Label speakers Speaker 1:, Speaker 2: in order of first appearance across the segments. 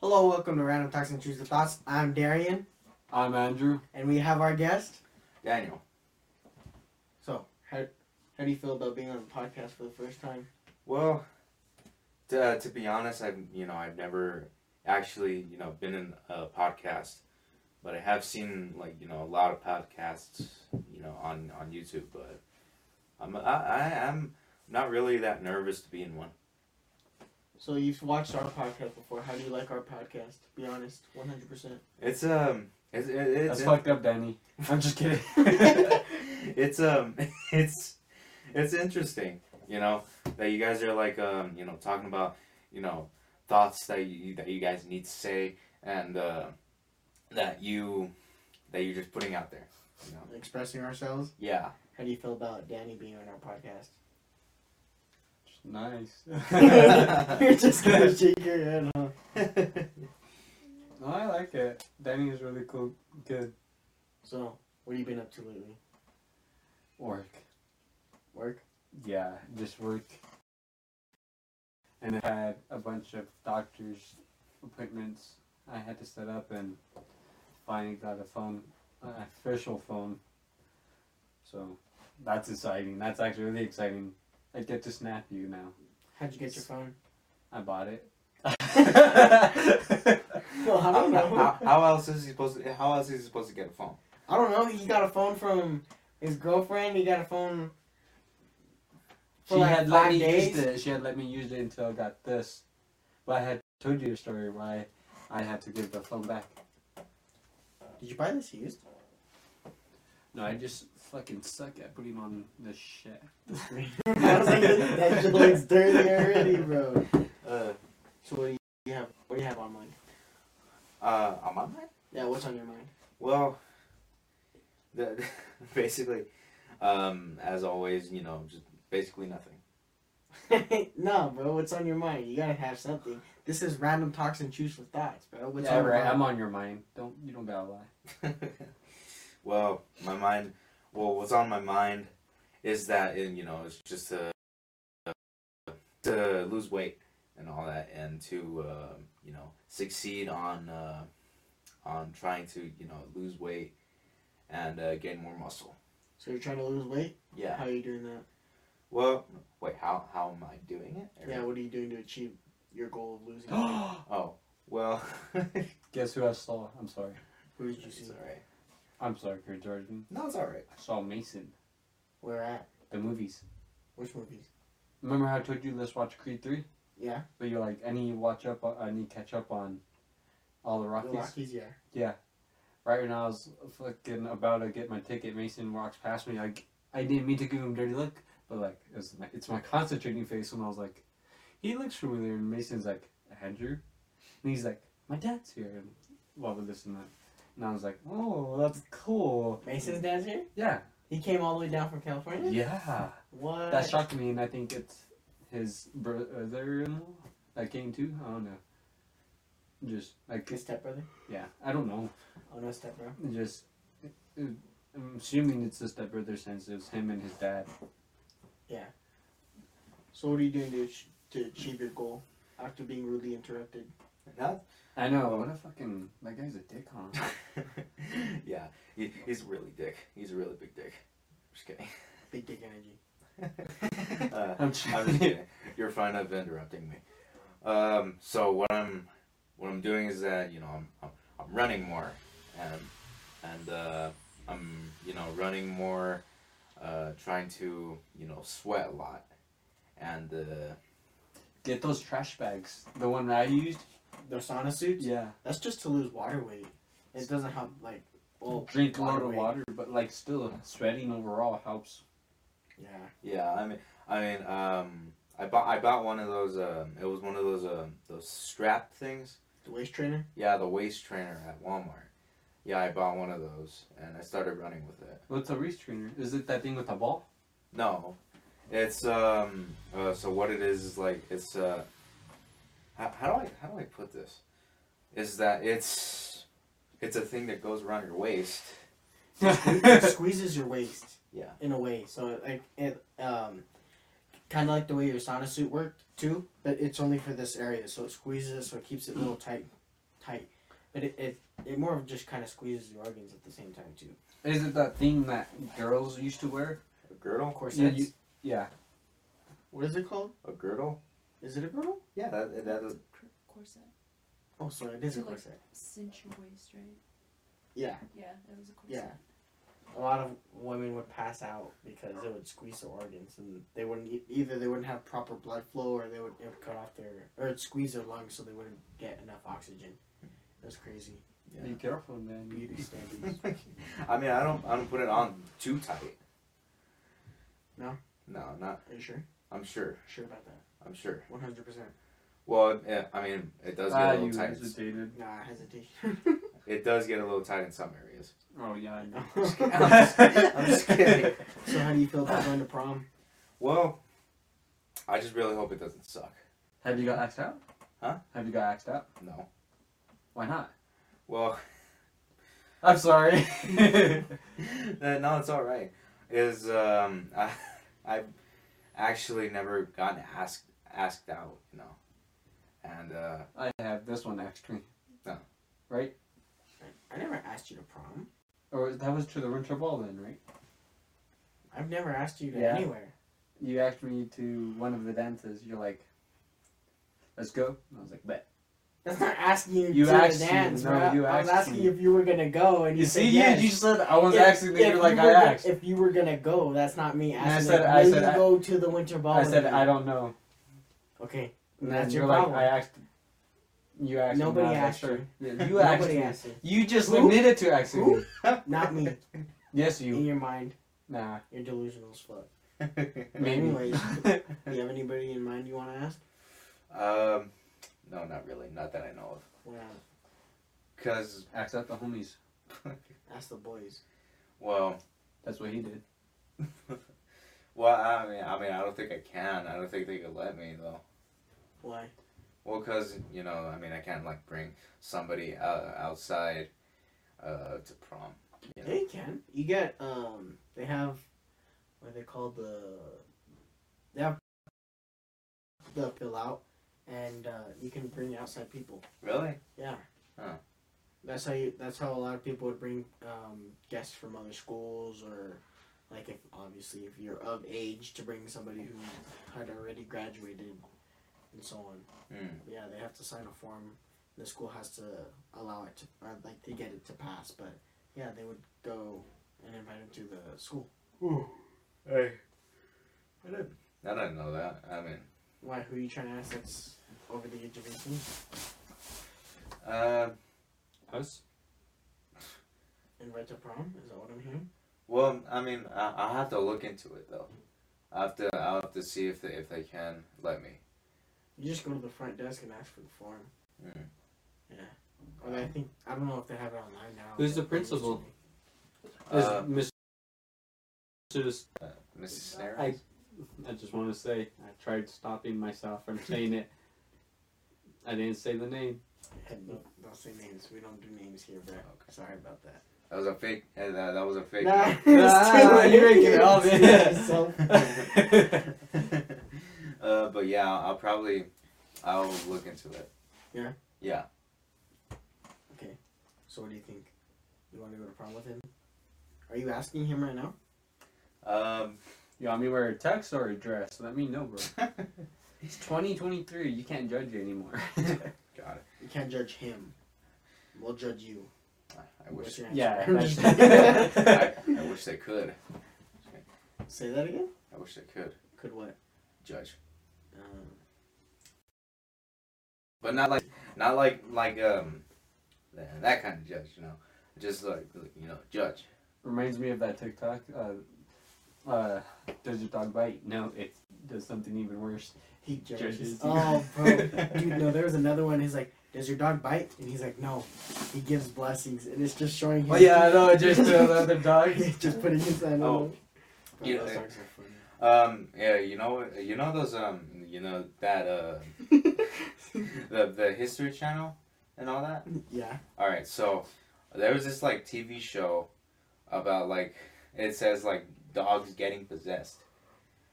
Speaker 1: Hello, welcome to Random Talks and Choose the Thoughts. I'm Darian,
Speaker 2: I'm Andrew.
Speaker 1: and we have our guest.
Speaker 2: Daniel.
Speaker 1: So, how, how do you feel about being on the podcast for the first time?
Speaker 3: Well, to, uh, to be honest, I've you know I've never actually you know been in a podcast, but I have seen like you know a lot of podcasts you know on on YouTube. But I'm I, I am not really that nervous to be in one.
Speaker 1: So, you've watched our podcast before. How do you like our podcast? Be honest, 100%.
Speaker 3: It's um it's it, it's
Speaker 2: That's fucked up, Danny. I'm just kidding.
Speaker 3: it's um it's it's interesting you know that you guys are like um you know talking about you know thoughts that you that you guys need to say and uh, that you that you're just putting out there you know
Speaker 1: Expressing ourselves.
Speaker 3: yeah
Speaker 1: How do you feel about Danny being on our podcast?
Speaker 2: nice.
Speaker 1: You're just gonna shake your head, huh?
Speaker 2: No, I like it. Danny is really cool. Good
Speaker 1: So, what have you been up to lately?
Speaker 2: work.
Speaker 1: Work?
Speaker 2: Yeah, just work. And I had a bunch of doctor's appointments I had to set up, and finally got a phone, an official phone. So that's exciting. That's actually really exciting. I get to snap you now.
Speaker 1: How'd you get your phone?
Speaker 2: I bought it.
Speaker 1: Well, I
Speaker 3: how,
Speaker 1: don't know.
Speaker 3: how, how else is he supposed to how else is he supposed to get a phone
Speaker 1: I don't know. He got a phone from his girlfriend. He got a phone.
Speaker 2: she
Speaker 1: For like
Speaker 2: had let
Speaker 1: five
Speaker 2: me
Speaker 1: days?
Speaker 2: use it. She had let me use it until I got this. But I had told you the story why I had to give the phone back.
Speaker 1: Did you buy this used?
Speaker 2: No, I just fucking suck at putting on this shit.
Speaker 1: I was like, that shit looks dirty already, bro.
Speaker 3: uh,
Speaker 1: So what do you have? What do you have on mind?
Speaker 3: uh on my mind
Speaker 1: Yeah, what's on your mind?
Speaker 3: Well, the, basically, um, as always, you know, just basically nothing.
Speaker 1: nah, bro, what's on your mind? You gotta have something. This is random talks and choose for thoughts, bro. What's
Speaker 2: yeah,
Speaker 1: on your
Speaker 2: right. I'm
Speaker 1: mind?
Speaker 2: on your mind. Don't you don't gotta lie.
Speaker 3: well, my mind, well, what's on my mind is that, and you know, it's just to, to lose weight and all that, and to, uh, you know, succeed on, uh, on trying to, you know, lose weight and uh, gain more muscle.
Speaker 1: So you're trying to lose weight? How
Speaker 3: Yeah.
Speaker 1: are you doing that?
Speaker 3: Well, wait, how, how am I doing it? Or-
Speaker 1: Yeah, what are you doing to achieve your goal of losing weight?
Speaker 3: Oh, well.
Speaker 2: Guess who I saw? I'm sorry.
Speaker 1: Who did you see?
Speaker 3: It's alright.
Speaker 2: I'm sorry, Kurt Jordan.
Speaker 3: No, it's alright.
Speaker 2: I saw Mason.
Speaker 1: Where at?
Speaker 2: The movies.
Speaker 1: Which movies?
Speaker 2: Remember how I told you let's watch Creed three?
Speaker 1: Yeah,
Speaker 2: But you're like, I need to watch up. On, I need to catch up on all the
Speaker 1: the
Speaker 2: Rockies.
Speaker 1: Rockies. Yeah.
Speaker 2: Right when I was fucking about to get my ticket, Mason walks past me. Like I didn't mean to give him a dirty look, but like it was my, it's my concentrating face. And I was like, he looks familiar. And Mason's like, Andrew, and he's like, my dad's here. And while we're listening, and I was like, oh, that's cool.
Speaker 1: Mason's dad's here.
Speaker 2: Yeah,
Speaker 1: He came all the way down from California.
Speaker 2: yeah.
Speaker 1: What?
Speaker 2: That shocked me, and I think it's his brother-in-law that came too. I don't know. Just like
Speaker 1: His stepbrother.
Speaker 2: yeah, I don't know.
Speaker 1: Oh no, stepbro.
Speaker 2: just I'm assuming it's the stepbrother since it was him and his dad.
Speaker 1: So what are you doing to ach- to achieve your goal after being rudely interrupted?
Speaker 3: No?
Speaker 2: I know. What a fucking that guy's a dick, huh?
Speaker 3: yeah, he, he's a really dick. He's a really big dick. Just
Speaker 1: Big dick energy.
Speaker 3: kidding. uh,
Speaker 2: I'm
Speaker 3: I'm just kidding. You're fine of interrupting me. Um, so what I'm what I'm doing is that you know I'm I'm, I'm running more, and and uh, I'm you know running more, uh, trying to you know sweat a lot, and uh,
Speaker 2: Get those trash bags. The one I used.
Speaker 1: The sauna suits.
Speaker 2: Yeah.
Speaker 1: That's just to lose water weight. It doesn't help like well
Speaker 2: Drink a lot of
Speaker 1: weight.
Speaker 2: water, but like still sweating overall helps.
Speaker 1: Yeah.
Speaker 3: Yeah, I mean, I mean, um, I bought I bought one of those. Um, it was one of those um, those strap things.
Speaker 1: The waist trainer.
Speaker 3: Yeah, the waist trainer at Walmart. Yeah, I bought one of those and I started running with it.
Speaker 2: What's a wrist trainer? Is it that thing with the ball?
Speaker 3: No, it's um. Uh, so what it is is like it's uh. How, how do I how do I put this? Is that it's it's a thing that goes around your waist.
Speaker 1: it squeezes your waist.
Speaker 3: Yeah.
Speaker 1: In a way, so like it um, kind of like the way your sauna suit worked too, but it's only for this area. So it squeezes, so it keeps it a little tight. tight, but it it, it more of just kind of squeezes your organs at the same time too.
Speaker 2: Is it that thing that girls used to wear?
Speaker 3: A girdle?
Speaker 1: Of course,
Speaker 2: Yeah,
Speaker 1: that's,
Speaker 2: you- Yeah.
Speaker 1: what is it called?
Speaker 3: A girdle?
Speaker 1: Is it a girdle?
Speaker 3: Yeah, that, that is.
Speaker 4: Cor- corset.
Speaker 1: Oh, sorry, it is a
Speaker 4: Like-
Speaker 1: corset.
Speaker 4: Cinch your waist, right?
Speaker 1: Yeah,
Speaker 4: Yeah, it was a corset.
Speaker 1: Yeah. a lot of women would pass out because it would squeeze their organs, and they wouldn't e- either. They wouldn't have proper blood flow, or they would it would cut off their or it'd squeeze their lungs, so they wouldn't get enough oxygen. That's crazy.
Speaker 2: Be
Speaker 3: Yeah.
Speaker 2: careful, man.
Speaker 1: Beauty standards.
Speaker 3: I mean, I don't, I don't put it on too tight.
Speaker 1: No?
Speaker 3: No, not.
Speaker 1: Are you sure?
Speaker 3: I'm sure.
Speaker 1: Sure about that?
Speaker 3: I'm sure.
Speaker 1: One hundred percent.
Speaker 3: Well, yeah, I mean, it does get
Speaker 2: Ah,
Speaker 3: a little
Speaker 2: you
Speaker 3: tight.
Speaker 2: hesitated.
Speaker 1: Nah, hesitation.
Speaker 3: It does get a little tight in some areas.
Speaker 2: Oh yeah. I know.
Speaker 1: I'm just kidding.
Speaker 3: I'm just- I'm just kidding.
Speaker 1: so how do you feel about going to prom?
Speaker 3: Well, I just really hope it doesn't suck.
Speaker 2: Have you got axed out?
Speaker 3: Huh?
Speaker 2: Have you got axed out?
Speaker 3: No.
Speaker 2: Why not?
Speaker 3: Well,
Speaker 2: I'm sorry.
Speaker 3: Uh, no, it's all right. Is um, I, I've actually never gotten asked asked out, you know, and uh,
Speaker 2: I have this one actually.
Speaker 3: No.
Speaker 2: Right?
Speaker 1: I never asked you to prom.
Speaker 2: Or that was to the winter ball then, right?
Speaker 1: I've never asked you to
Speaker 2: Yeah.
Speaker 1: anywhere.
Speaker 2: You asked me to one of the dances. You're like, "Let's go." And I was like, "Bet."
Speaker 1: That's not asking you,
Speaker 2: You
Speaker 1: to
Speaker 2: asked me.
Speaker 1: dance,
Speaker 2: No,
Speaker 1: bro.
Speaker 2: you
Speaker 1: I was
Speaker 2: asked
Speaker 1: asking
Speaker 2: me.
Speaker 1: if you were gonna go, and you, said yes.
Speaker 2: said I was
Speaker 1: if you were gonna- If you were gonna go, that's not me
Speaker 2: And I
Speaker 1: asking.
Speaker 2: said-
Speaker 1: like,
Speaker 2: I
Speaker 1: will
Speaker 2: said
Speaker 1: you
Speaker 2: I-
Speaker 1: go to the winter ball?
Speaker 2: I
Speaker 1: with
Speaker 2: said
Speaker 1: me?
Speaker 2: I don't know.
Speaker 1: Okay,
Speaker 2: And
Speaker 1: That's
Speaker 2: then
Speaker 1: your
Speaker 2: you're like,
Speaker 1: problem.
Speaker 2: I asked. You asked. me, and
Speaker 1: Nobody
Speaker 2: I was like,
Speaker 1: asked
Speaker 2: "Sure." Yeah, you. asked
Speaker 1: nobody
Speaker 2: me.
Speaker 1: asked you.
Speaker 2: You just
Speaker 1: Who?
Speaker 2: admitted to asking
Speaker 1: Who?
Speaker 2: me.
Speaker 1: Not me.
Speaker 2: Yes,
Speaker 1: In
Speaker 2: you.
Speaker 1: your mind,
Speaker 2: Nah,
Speaker 1: you're delusional as fuck.
Speaker 2: maybe.
Speaker 1: Anyways. Do you have anybody in mind you want to ask?
Speaker 3: um, no, not really, not that I know of,
Speaker 1: Well,
Speaker 3: because
Speaker 2: Asked out the homies.
Speaker 1: ask the boys.
Speaker 3: well,
Speaker 2: That's what he did.
Speaker 3: well, I mean, I mean, I don't think I can. I don't think they could let me though.
Speaker 1: Why?
Speaker 3: Well, because you know, I mean, I can't like bring somebody uh, outside uh, to prom. You know?
Speaker 1: They can. You get um. They have what are they called the. They have the fill out, and uh, you can bring outside people.
Speaker 3: Really?
Speaker 1: Yeah.
Speaker 3: Huh.
Speaker 1: That's how you. That's how a lot of people would bring um, guests from other schools, or like if obviously if you're of age to bring somebody who had already graduated, and so on.
Speaker 3: Hmm.
Speaker 1: Yeah, they have to sign a form. The school has to allow it to, or like to get it to pass. But yeah, they would go and invite him to the school.
Speaker 3: Hey. I didn't. I didn't know that. I mean,
Speaker 1: Why? Who are you trying to ask? That's over the age of eighteen
Speaker 3: uh,
Speaker 2: Us?
Speaker 1: and right to prom? Is that what I'm hearing?
Speaker 3: well, I mean, I, I'll have to look into it though. I have to. I'll have to see if they if they can let me.
Speaker 1: You just go to the front desk and ask for the form.
Speaker 3: Mm.
Speaker 1: Yeah. Or I think I don't know if they have it online now.
Speaker 2: Who's the
Speaker 1: but they used to
Speaker 2: principal?
Speaker 1: be.
Speaker 3: Uh,
Speaker 2: Miss. Just,
Speaker 3: Mrs. Snare.
Speaker 2: I, I just want to say I tried stopping myself from saying it. I didn't say the name.
Speaker 1: Hey, no, don't say names. We don't do names here, bro.
Speaker 3: Okay.
Speaker 1: Sorry about that.
Speaker 3: That was a fake. eh, That, that was a fake.
Speaker 1: Nah,
Speaker 3: name.
Speaker 2: Ah,
Speaker 1: it's too
Speaker 2: you're
Speaker 1: late.
Speaker 2: making it all
Speaker 1: It's
Speaker 2: bad.
Speaker 1: so-
Speaker 3: uh, but yeah, I'll probably. I'll look into it.
Speaker 1: Yeah?
Speaker 3: Yeah.
Speaker 1: So what do you think? You want to go to prom with him? Are you asking him right now?
Speaker 3: Um.
Speaker 2: you want me to wear a tux or a dress? Let me know, bro. It's 2023. You can't judge it anymore.
Speaker 3: God,
Speaker 1: You can't judge him. We'll judge you.
Speaker 3: I, I wish.
Speaker 1: What's your answer?
Speaker 2: yeah.
Speaker 1: I'm just
Speaker 2: that's-
Speaker 1: kidding.
Speaker 3: I, I wish they could.
Speaker 1: say that again.
Speaker 3: I wish they could
Speaker 1: Could what?
Speaker 3: judge.
Speaker 1: Uh,
Speaker 3: but not like not like like um th- that kind of judge you know just like you know judge
Speaker 2: Reminds me of that TikTok. Uh, uh, does your dog bite? No, it does something even worse.
Speaker 1: he judges.
Speaker 2: Judges you.
Speaker 1: Oh, bro, dude, no. There was another one. He's like, "Does your dog bite?" And he's like, "No." He gives blessings, and it's just showing. his-
Speaker 2: Well, Oh, yeah, I know. Just uh, the other dog.
Speaker 1: just putting his hand
Speaker 3: Oh.
Speaker 1: on.
Speaker 3: You know,
Speaker 1: those
Speaker 3: it-
Speaker 1: dogs are funny.
Speaker 3: um yeah you know you know those um you know that uh the the history channel and all that
Speaker 1: Yeah.
Speaker 3: all right so there was this like tv show about like it says like dogs getting possessed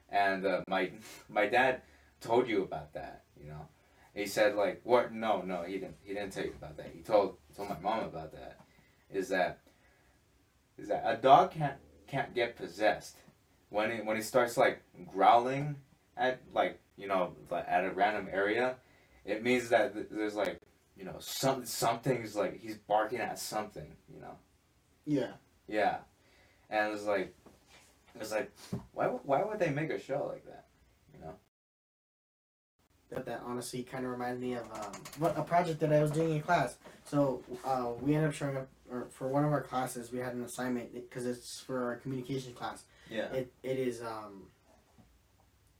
Speaker 3: and uh, my my dad told you about that you know He said like what? No, no, he didn't. He didn't tell you about that. He told he told my mom about that. Is that is that a dog can't can't get possessed when it when it starts like growling at like you know like at a random area, it means that th- there's like you know some something's like he's barking at something. You know.
Speaker 1: Yeah.
Speaker 3: Yeah, and it was like, it was like, why w- why would they make a show like that? You know.
Speaker 1: But that honestly kind of reminds me of um, what a project that I was doing in class. So uh, we ended up showing up or for one of our classes. We had an assignment because it's for our communication class.
Speaker 3: Yeah.
Speaker 1: It it is um.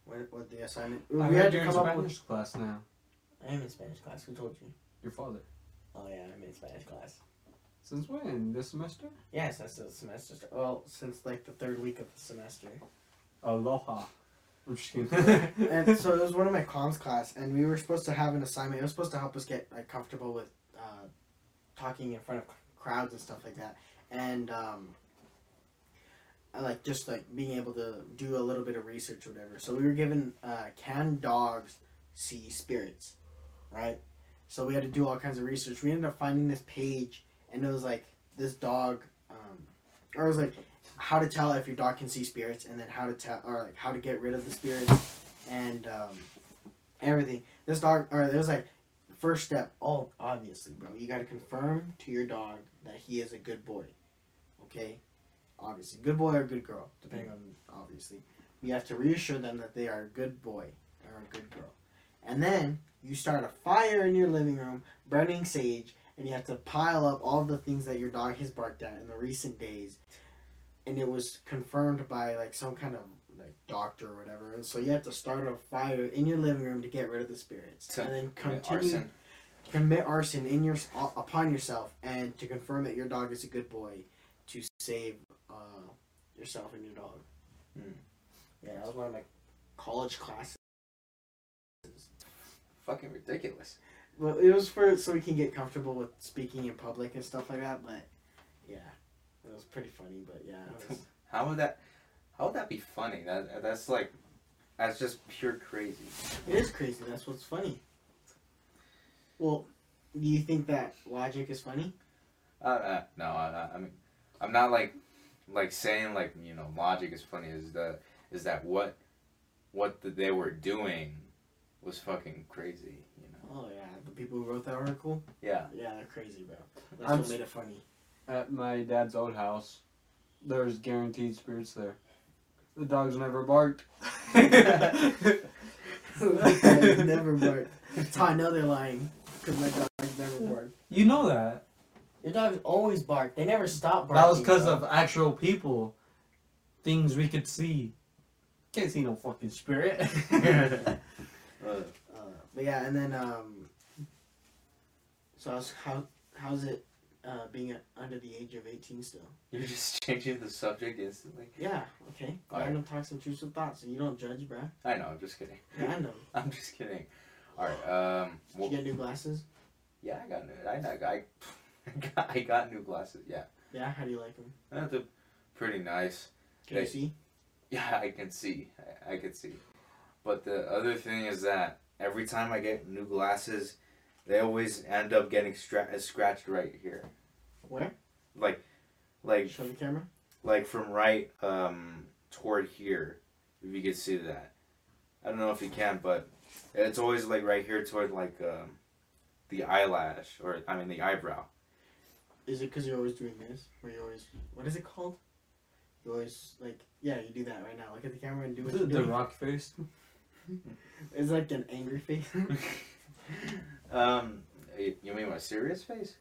Speaker 1: What what the assignment?
Speaker 2: I
Speaker 1: we
Speaker 2: heard
Speaker 1: had
Speaker 2: you're
Speaker 1: to
Speaker 2: in
Speaker 1: come up
Speaker 2: Spanish
Speaker 1: with.
Speaker 2: class now.
Speaker 1: I'm in Spanish class. Who told you?
Speaker 2: Your father.
Speaker 1: Oh yeah, I'm in Spanish class.
Speaker 2: Since when? This semester?
Speaker 1: Yeah, since the semester. st- Well, since like the third week of the semester.
Speaker 2: Aloha. I'm just kidding.
Speaker 1: and so it was one of my comms class, and we were supposed to have an assignment. It was supposed to help us get like comfortable with uh, talking in front of crowds and stuff like that, and um, I like just like being able to do a little bit of research or whatever. So we were given uh, can dogs see spirits, right? So we had to do all kinds of research. We ended up finding this page, and it was like this dog, um, or it was like how to tell if your dog can see spirits, and then how to tell or like how to get rid of the spirits and um, everything. This dog, or there's like first step. Oh, obviously, bro, you gotta confirm to your dog that he is a good boy. Okay, obviously, good boy or good girl, depending on obviously. You have to reassure them that they are a good boy or a good girl, and then you start a fire in your living room, burning sage, and you have to pile up all the things that your dog has barked at in the recent days. And it was confirmed by like some kind of like doctor or whatever. And so you have to start a fire in your living room to get rid of the spirits,
Speaker 3: So,
Speaker 1: and then
Speaker 3: Commit
Speaker 1: continue
Speaker 3: arson.
Speaker 1: commit arson in your upon yourself and to confirm that your dog is a good boy to save uh, yourself and your dog.
Speaker 3: Hmm.
Speaker 1: Yeah, that was one of my college classes.
Speaker 3: Fucking ridiculous.
Speaker 1: Well, it was for so we can get comfortable with speaking in public and stuff like that. But yeah, it was pretty funny. But yeah, it was,
Speaker 3: How would that? How would that be funny? That that's like, that's just pure crazy.
Speaker 1: it is crazy. That's what's funny. Well, do you think that logic is funny?
Speaker 3: Uh, uh no, I, I- I mean, I'm not like, like saying like you know logic is funny. Is that is that what, what th- they were doing, was fucking crazy. You know.
Speaker 1: Oh yeah, the people who wrote that article.
Speaker 3: Yeah.
Speaker 1: Yeah, they're crazy, bro. That's
Speaker 2: I'm
Speaker 1: what
Speaker 2: s-
Speaker 1: made it funny.
Speaker 2: At my dad's old house, there was guaranteed spirits there. The dogs never barked.
Speaker 1: They never bark. That's how I know they're lying. Because my dogs never bark.
Speaker 2: You know that.
Speaker 1: Your dogs always bark. They never stop barking.
Speaker 2: That was because
Speaker 1: bro.
Speaker 2: of uh, actual people. Things we could see. Can't see no fucking spirit.
Speaker 3: Uh,
Speaker 1: Uh, but yeah, and then um. So how's how how's it, uh, being a, under the age of eighteen still?
Speaker 3: you're just changing the subject instantly.
Speaker 1: Yeah. Okay.
Speaker 3: Alright.
Speaker 1: Random talks, intrusive thoughts, and you don't judge, bro.
Speaker 3: I know. I'm just kidding.
Speaker 1: Yeah, I know.
Speaker 3: I'm just kidding. All right. Um.
Speaker 1: Did
Speaker 3: well-
Speaker 1: you get new glasses?
Speaker 3: yeah, I got new. I got. I, got, I got new glasses. Yeah,
Speaker 1: Yeah. How do you like them?
Speaker 3: that's a pretty nice.
Speaker 1: Can you
Speaker 3: They-
Speaker 1: see?
Speaker 3: Yeah, I can see. I, I can see. But the other thing is that every time I get new glasses, they always end up getting stra- scratched right here.
Speaker 1: Where?
Speaker 3: Like, like,
Speaker 1: Show the camera.
Speaker 3: like from right um toward here. If you can see that, I don't know if you can, but it's always like right here toward like um the eyelash or I mean the eyebrow.
Speaker 1: Is it because you're always doing this? Where you always what is it called? You always like yeah, you do that right now. Look at the camera and do what
Speaker 2: the,
Speaker 1: you're
Speaker 2: the
Speaker 1: doing.
Speaker 2: rock face.
Speaker 1: It's like an angry face.
Speaker 3: Um, you you mean my serious face?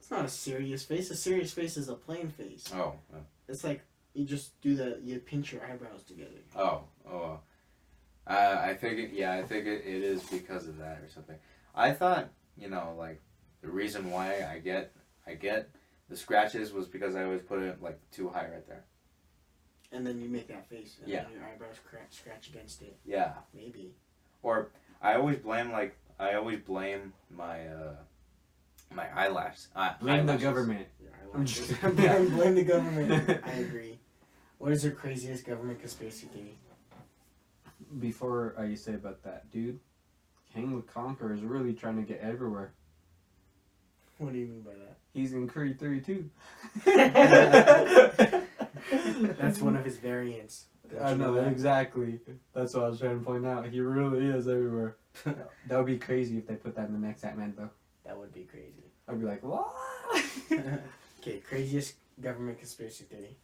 Speaker 1: it's not a serious face. A serious face is a plain face.
Speaker 3: Oh, uh,
Speaker 1: It's like you just do the you pinch your eyebrows together.
Speaker 3: oh, oh. Uh, I think it, yeah, I think it, it is because of that or something. I thought you know like the reason why I get I get the scratches was because I always put it like too high right there.
Speaker 1: And then you make that face and
Speaker 3: Yeah.
Speaker 1: then your eyebrows cra- scratch against it.
Speaker 3: Yeah,
Speaker 1: Maybe.
Speaker 3: or I always blame like I always blame my uh my eyelash. Uh,
Speaker 2: Blame the
Speaker 3: eyelashes.
Speaker 2: government.
Speaker 1: Your
Speaker 2: I'm
Speaker 1: eyelashes.
Speaker 2: just
Speaker 1: Blame blame the government. I agree. What is your craziest government conspiracy theory?
Speaker 2: uh, Before I say about that dude, Hang the Conqueror is really trying to get everywhere.
Speaker 1: What do you mean by that?
Speaker 2: He's in Creed 3 too.
Speaker 1: That's one of his variants.
Speaker 2: I know exactly. That's what I was trying to point out. He really is everywhere. that would be crazy if they put that in the next Ant-Man though.
Speaker 1: That would be crazy.
Speaker 2: I'd be like, what?
Speaker 1: Okay, craziest government conspiracy theory.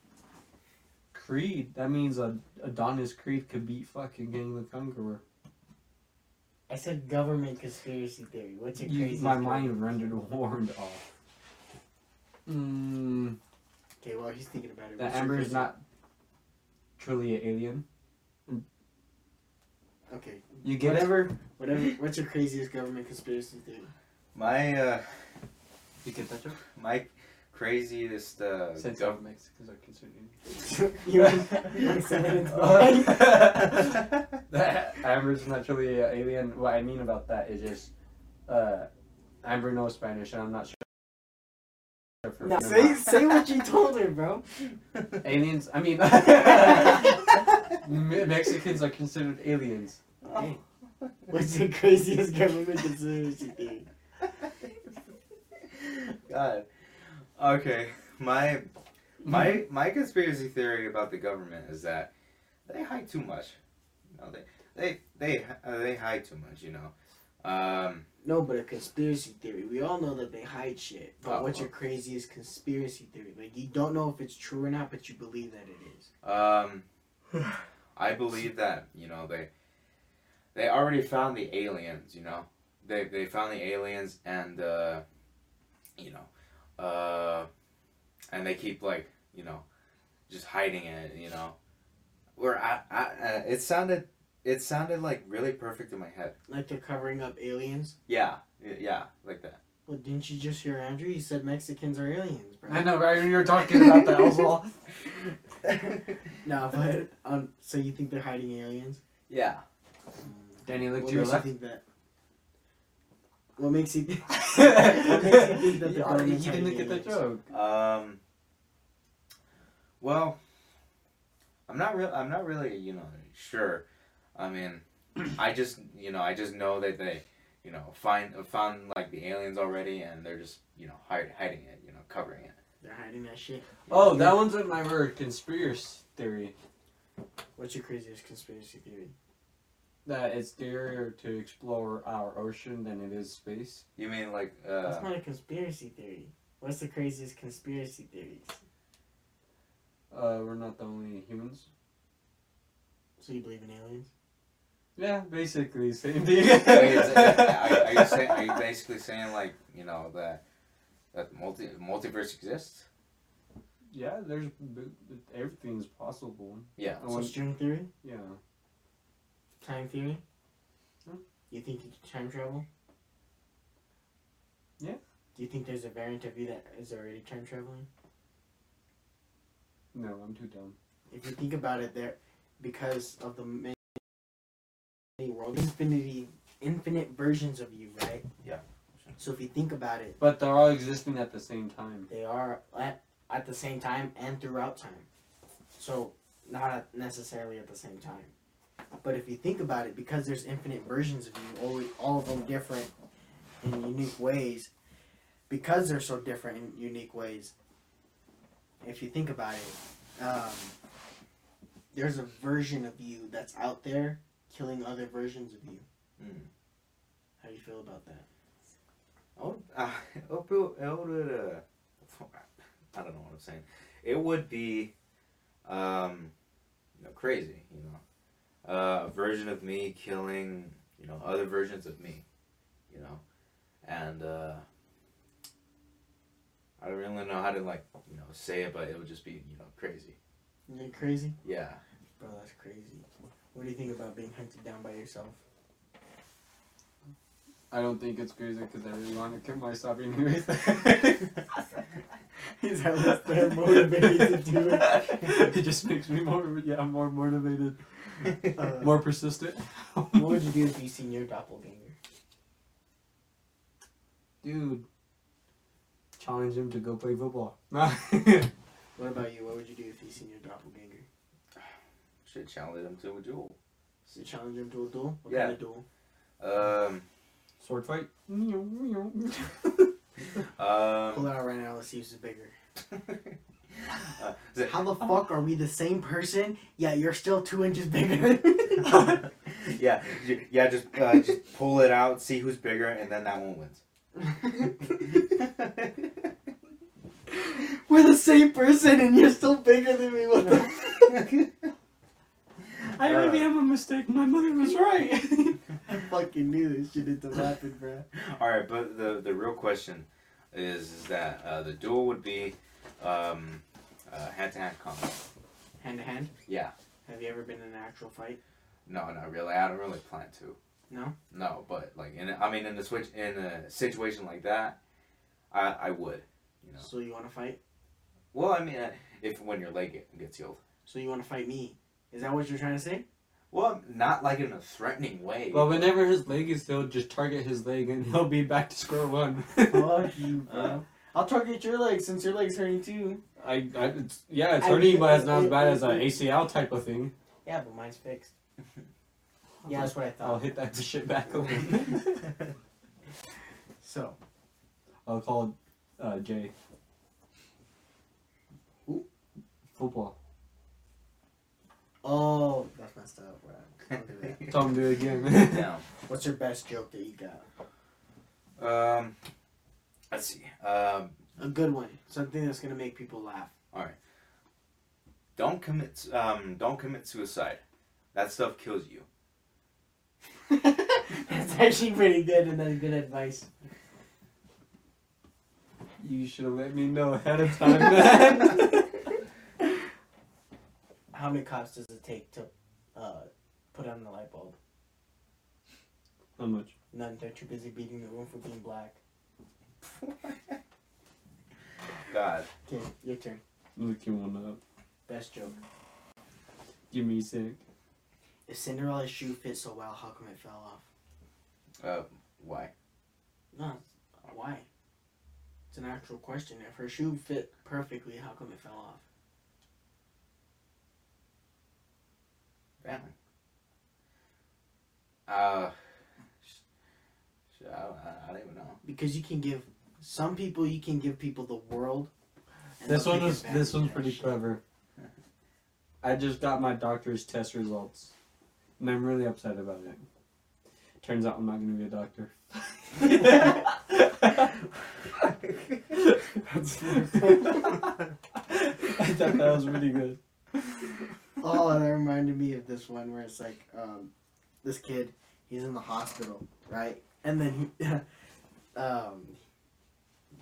Speaker 2: Creed. That means uh, Adonis Creed could beat fucking Gang the Conqueror.
Speaker 1: I said government conspiracy theory. What's your
Speaker 2: You,
Speaker 1: craziest?
Speaker 2: my
Speaker 1: government-
Speaker 2: mind rendered warned off. Mm,
Speaker 1: Okay, well he's thinking about it.
Speaker 2: that
Speaker 1: What's your
Speaker 2: Amber is
Speaker 1: crazy-
Speaker 2: not truly an alien.
Speaker 1: Okay,
Speaker 2: You get it?
Speaker 1: whatever, whatever. What's your craziest government conspiracy theory?
Speaker 3: My uh,
Speaker 2: You get that joke?
Speaker 3: my craziest uh,
Speaker 2: Since
Speaker 3: gov-
Speaker 2: Mexicans are considered
Speaker 1: you you said it into my mind.
Speaker 2: Uh, that Amber's not truly an alien. What I mean about that is just uh, Amber knows Spanish, and I'm not sure. if her-
Speaker 1: No, say say what you told her, bro.
Speaker 2: aliens. I mean, Me- Mexicans are considered aliens.
Speaker 1: Okay. What's your craziest government conspiracy theory?
Speaker 3: God. Okay. My my my conspiracy theory about the government is that they hide too much. No, they they they uh, they hide too much. You know. Um.
Speaker 1: No, but a conspiracy theory. We all know that they hide shit. But
Speaker 3: Oh,
Speaker 1: what's your
Speaker 3: okay.
Speaker 1: craziest conspiracy theory? Like you don't know if it's true or not, but you believe that it is.
Speaker 3: Um. I believe that you know they they already found the aliens. You know they they found the aliens and uh, you know uh, and they keep like you know just hiding it. You know where I, I uh, it sounded it sounded like really perfect in my head.
Speaker 1: Like they're covering up aliens.
Speaker 3: Yeah y- yeah like that.
Speaker 1: Well, didn't you just hear Andrew? You said Mexicans are aliens, bro.
Speaker 2: I know, right? When you were talking about that, I was all.
Speaker 1: No, but um, so you think they're hiding aliens?
Speaker 3: yeah.
Speaker 2: Danny, look
Speaker 1: What
Speaker 2: to your
Speaker 1: makes you
Speaker 2: left.
Speaker 1: think that? What makes you? Th- makes
Speaker 2: What
Speaker 1: you think that the
Speaker 2: You already-
Speaker 1: government's
Speaker 2: you didn't
Speaker 1: hiding
Speaker 2: get that
Speaker 1: aliens?
Speaker 2: joke.
Speaker 3: Um. Well, I'm not real. I'm not really, you know, sure. I mean, I just, you know, I just know that they, you know, find found like the aliens already, and they're just, you know, hide, hiding it, you know, covering it.
Speaker 1: they're hiding that shit.
Speaker 2: Oh, that one's in my word. Conspiracy theory.
Speaker 1: What's your craziest conspiracy theory?
Speaker 2: that it's dearer to explore our ocean than it is space.
Speaker 3: You mean like?
Speaker 1: That's
Speaker 3: Uh,
Speaker 1: not a conspiracy theory. What's the craziest conspiracy theories?
Speaker 2: Uh, we're not the only humans.
Speaker 1: So you believe in aliens?
Speaker 2: Yeah, basically same thing.
Speaker 3: are, you, are, you saying, are you basically saying like, you know, that that multi multiverse exists?
Speaker 2: yeah, there's b- b- everything's possible.
Speaker 3: Yeah.
Speaker 2: I
Speaker 1: So
Speaker 2: want,
Speaker 1: string theory,
Speaker 2: yeah,
Speaker 1: time theory.
Speaker 2: Hmm.
Speaker 1: You think you can time travel?
Speaker 2: Yeah.
Speaker 1: Do you think there's a variant of you that is already time traveling?
Speaker 2: no, I'm too dumb.
Speaker 1: if you think about it, there because of the many world infinity infinite versions of you, right?
Speaker 3: Yeah.
Speaker 1: So if you think about it,
Speaker 2: But they're all existing at the same time.
Speaker 1: they are at, at the same time and throughout time. So not at- necessarily at the same time. But if you think about it, because there's infinite versions of you, all, all of them different in unique ways, because they're so different in unique ways, if you think about it, um, there's a version of you that's out there killing other versions of you.
Speaker 3: Mm.
Speaker 1: How do you feel about that?
Speaker 3: Oh, uh, it would, it would, uh, I don't know what I'm saying. It would be, um, you know, crazy, you know, uh, a version of me killing, you know, other versions of me, you know, and uh, I don't really know how to like, you know, say it, but it would just be, you know, crazy.
Speaker 1: Isn't it crazy?
Speaker 3: Yeah.
Speaker 1: Bro, that's crazy. What do you think about being hunted down by yourself?
Speaker 2: I don't think it's crazy because I really want to kill myself anyways.
Speaker 1: Is that what they're motivated to do it?
Speaker 2: it just makes me more, yeah, I'm more motivated,
Speaker 1: Uh,
Speaker 2: uh, more persistent.
Speaker 1: what would you do if you seen your doppelganger?
Speaker 2: Dude, challenge him to go play football.
Speaker 1: What about you? What would you do if you seen your doppelganger?
Speaker 3: Should challenge him to a duel.
Speaker 1: So you challenge him to a duel? What
Speaker 3: Yeah.
Speaker 1: kind of duel?
Speaker 3: Um,
Speaker 2: Sword fight.
Speaker 1: Pull
Speaker 3: Um,
Speaker 1: it out right now. Let's see who's bigger.
Speaker 3: uh, is it-
Speaker 1: How the fuck are we the same person? Yeah, you're still two inches bigger.
Speaker 3: yeah, ju- yeah. Just uh, just pull it out, see who's bigger, and then that one wins.
Speaker 1: We're the same person, and you're still bigger than me. What the?
Speaker 2: I already
Speaker 3: Uh.
Speaker 2: have a mistake. My mother was right.
Speaker 1: I fucking knew this shit didn't happen, bro.
Speaker 3: All right, but the the real question is, is that uh, the duel would be um, uh, hand-to-hand combat.
Speaker 1: Hand to hand.
Speaker 3: Yeah.
Speaker 1: Have you ever been in an actual fight?
Speaker 3: No, not really. I don't really plan to.
Speaker 1: No?
Speaker 3: No, but like in a- I mean in the switch in a situation like that, I I would. You know.
Speaker 1: So you want to fight?
Speaker 3: Well, I mean uh, if when your leg get, gets healed.
Speaker 1: So you want to fight me? Is that what you're trying to say?
Speaker 3: Well, not like in a threatening way.
Speaker 2: well, whenever his leg is healed, just target his leg and he'll be back to square one. Uh,
Speaker 1: Fuck you, bro. I'll target your leg since your leg's hurting too.
Speaker 2: I, I it's, yeah, it's
Speaker 1: I-
Speaker 2: hurting, but it's not as bad as an ACL type of thing.
Speaker 1: Yeah, but mine's fixed. Yeah, that's what I
Speaker 2: I'll
Speaker 1: thought.
Speaker 2: hit that shit back a little bit.
Speaker 1: So,
Speaker 2: I'll call uh, Jay.
Speaker 1: Who?
Speaker 2: Football.
Speaker 1: oh, that's messed up. Bro. Don't do that.
Speaker 2: Tell him to do it again.
Speaker 3: Now,
Speaker 1: What's your best joke that you got?
Speaker 3: um, let's see. Um,
Speaker 1: A good one. Something that's gonna make people laugh.
Speaker 3: don't commit. Um, don't commit suicide. That stuff kills you.
Speaker 1: that's actually pretty good and that's good advice.
Speaker 2: you should have let me know ahead of time. Then.
Speaker 1: How many cops does it take to uh, put on the light bulb?
Speaker 2: How much?
Speaker 1: None. They're too busy beating the room for being black.
Speaker 3: God.
Speaker 1: Okay, your turn.
Speaker 2: Look you one up.
Speaker 1: Best joke.
Speaker 2: Give me a sec.
Speaker 1: If Cinderella's shoe fit so well, how come it fell off?
Speaker 3: Uh, why?
Speaker 1: No, why? It's an actual question. If her shoe fit perfectly, how come it fell off?
Speaker 3: Family. Uh, sh- sh- I, don't, I, I don't even know.
Speaker 1: Because you can give some people, you can give people the world. and
Speaker 2: This
Speaker 1: they'll
Speaker 2: one
Speaker 1: take
Speaker 2: was
Speaker 1: advantage
Speaker 2: this one's
Speaker 1: of that
Speaker 2: pretty
Speaker 1: shit.
Speaker 2: clever. I just got my doctor's test results, and I'm really upset about it. Turns out I'm not gonna be a doctor. That's I thought that was really good.
Speaker 1: oh, that reminded me of this one where it's like, um, this kid, he's in the hospital, right? And then he, um,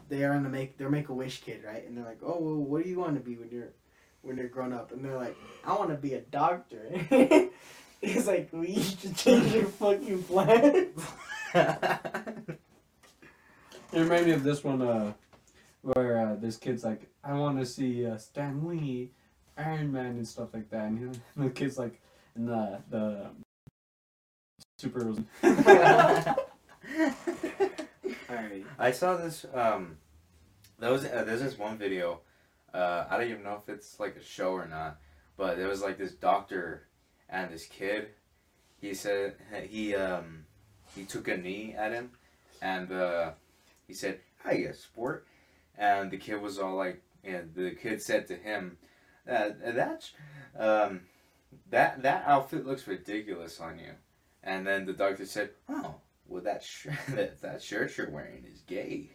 Speaker 1: they are in the make they're make a wish kid, right? And they're like, oh, well, what do you want to be when you're when you're grown up? And they're like, I want to be a doctor. He's like, well, you should change your fucking plans.
Speaker 2: It reminded me of this one uh, where uh, this kid's like, I want to see uh, Stan Lee, Iron Man, and stuff like that. And, he, and the kid's like, and the, the superheroes.
Speaker 1: Alright.
Speaker 3: I saw this. Um, there was uh, there's this one video. Uh, I don't even know if it's like a show or not, but there was like this doctor and this kid. He said he um he took a knee at him, and uh, he said, "Hiya, sport," and the kid was all like, and the kid said to him, uh, "That's um that that outfit looks ridiculous on you," and then the doctor said, "Oh." Well, that shirt, that, that shirt you're wearing is gay.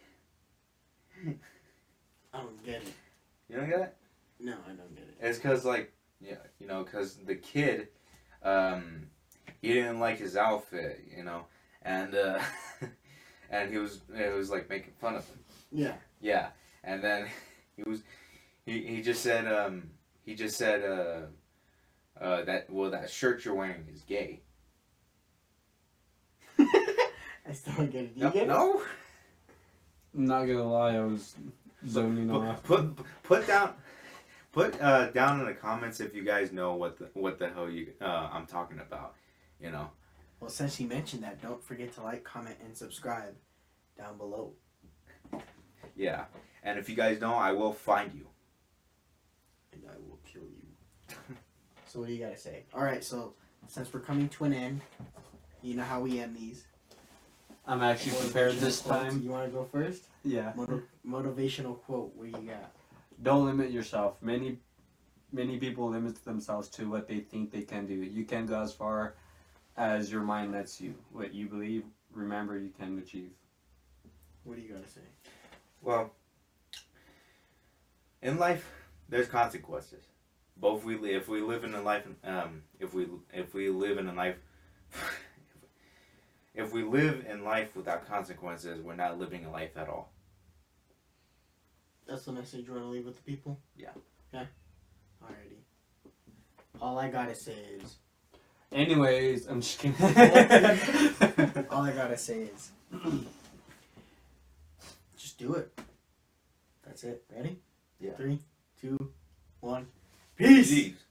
Speaker 1: I don't get it.
Speaker 3: You don't get it?
Speaker 1: No, I don't get it.
Speaker 3: It's because, like, yeah, you know, because the kid, um, he didn't like his outfit, you know, and, uh, and he was, it was like making fun of him.
Speaker 1: Yeah.
Speaker 3: Yeah. And then he was, he, he just said, um, he just said, uh, uh, that, well, that shirt you're wearing is gay.
Speaker 1: I still don't get it. Do you
Speaker 3: No,
Speaker 1: get it?
Speaker 3: no?
Speaker 2: I'm not gonna lie, I was zoning off.
Speaker 3: Put, put put down put uh, down in the comments if you guys know what the what the hell you uh, I'm talking about. You know.
Speaker 1: Well, since she mentioned that, don't forget to like, comment, and subscribe down below.
Speaker 3: Yeah. And if you guys don't, I will find you.
Speaker 1: and I will kill you. so what do you gotta say? All right, so since we're coming to an end, you know how we end these.
Speaker 2: I'm actually prepared this
Speaker 1: Motivational quotes.
Speaker 2: time.
Speaker 1: You want to go first?
Speaker 2: Yeah.
Speaker 1: Motiv- motivational quote. What you got?
Speaker 2: Don't limit yourself. Many many people limit themselves to what they think they can do. You can go as far as your mind lets you. What you believe, remember you can achieve.
Speaker 1: What do you got to say?
Speaker 3: Well, in life, there's consequences. Both we li- if we live in a life um if we if we live in a life if we live in life without consequences, we're not living a life at all.
Speaker 1: That's the message you want to leave with the people.
Speaker 3: Yeah.
Speaker 1: Yeah. Alrighty. All I gotta say is.
Speaker 2: Anyways, I'm just kidding.
Speaker 1: All I gotta say is. just do it. That's it. Ready?
Speaker 3: Yeah.
Speaker 1: Three, two, one.
Speaker 3: Jeez.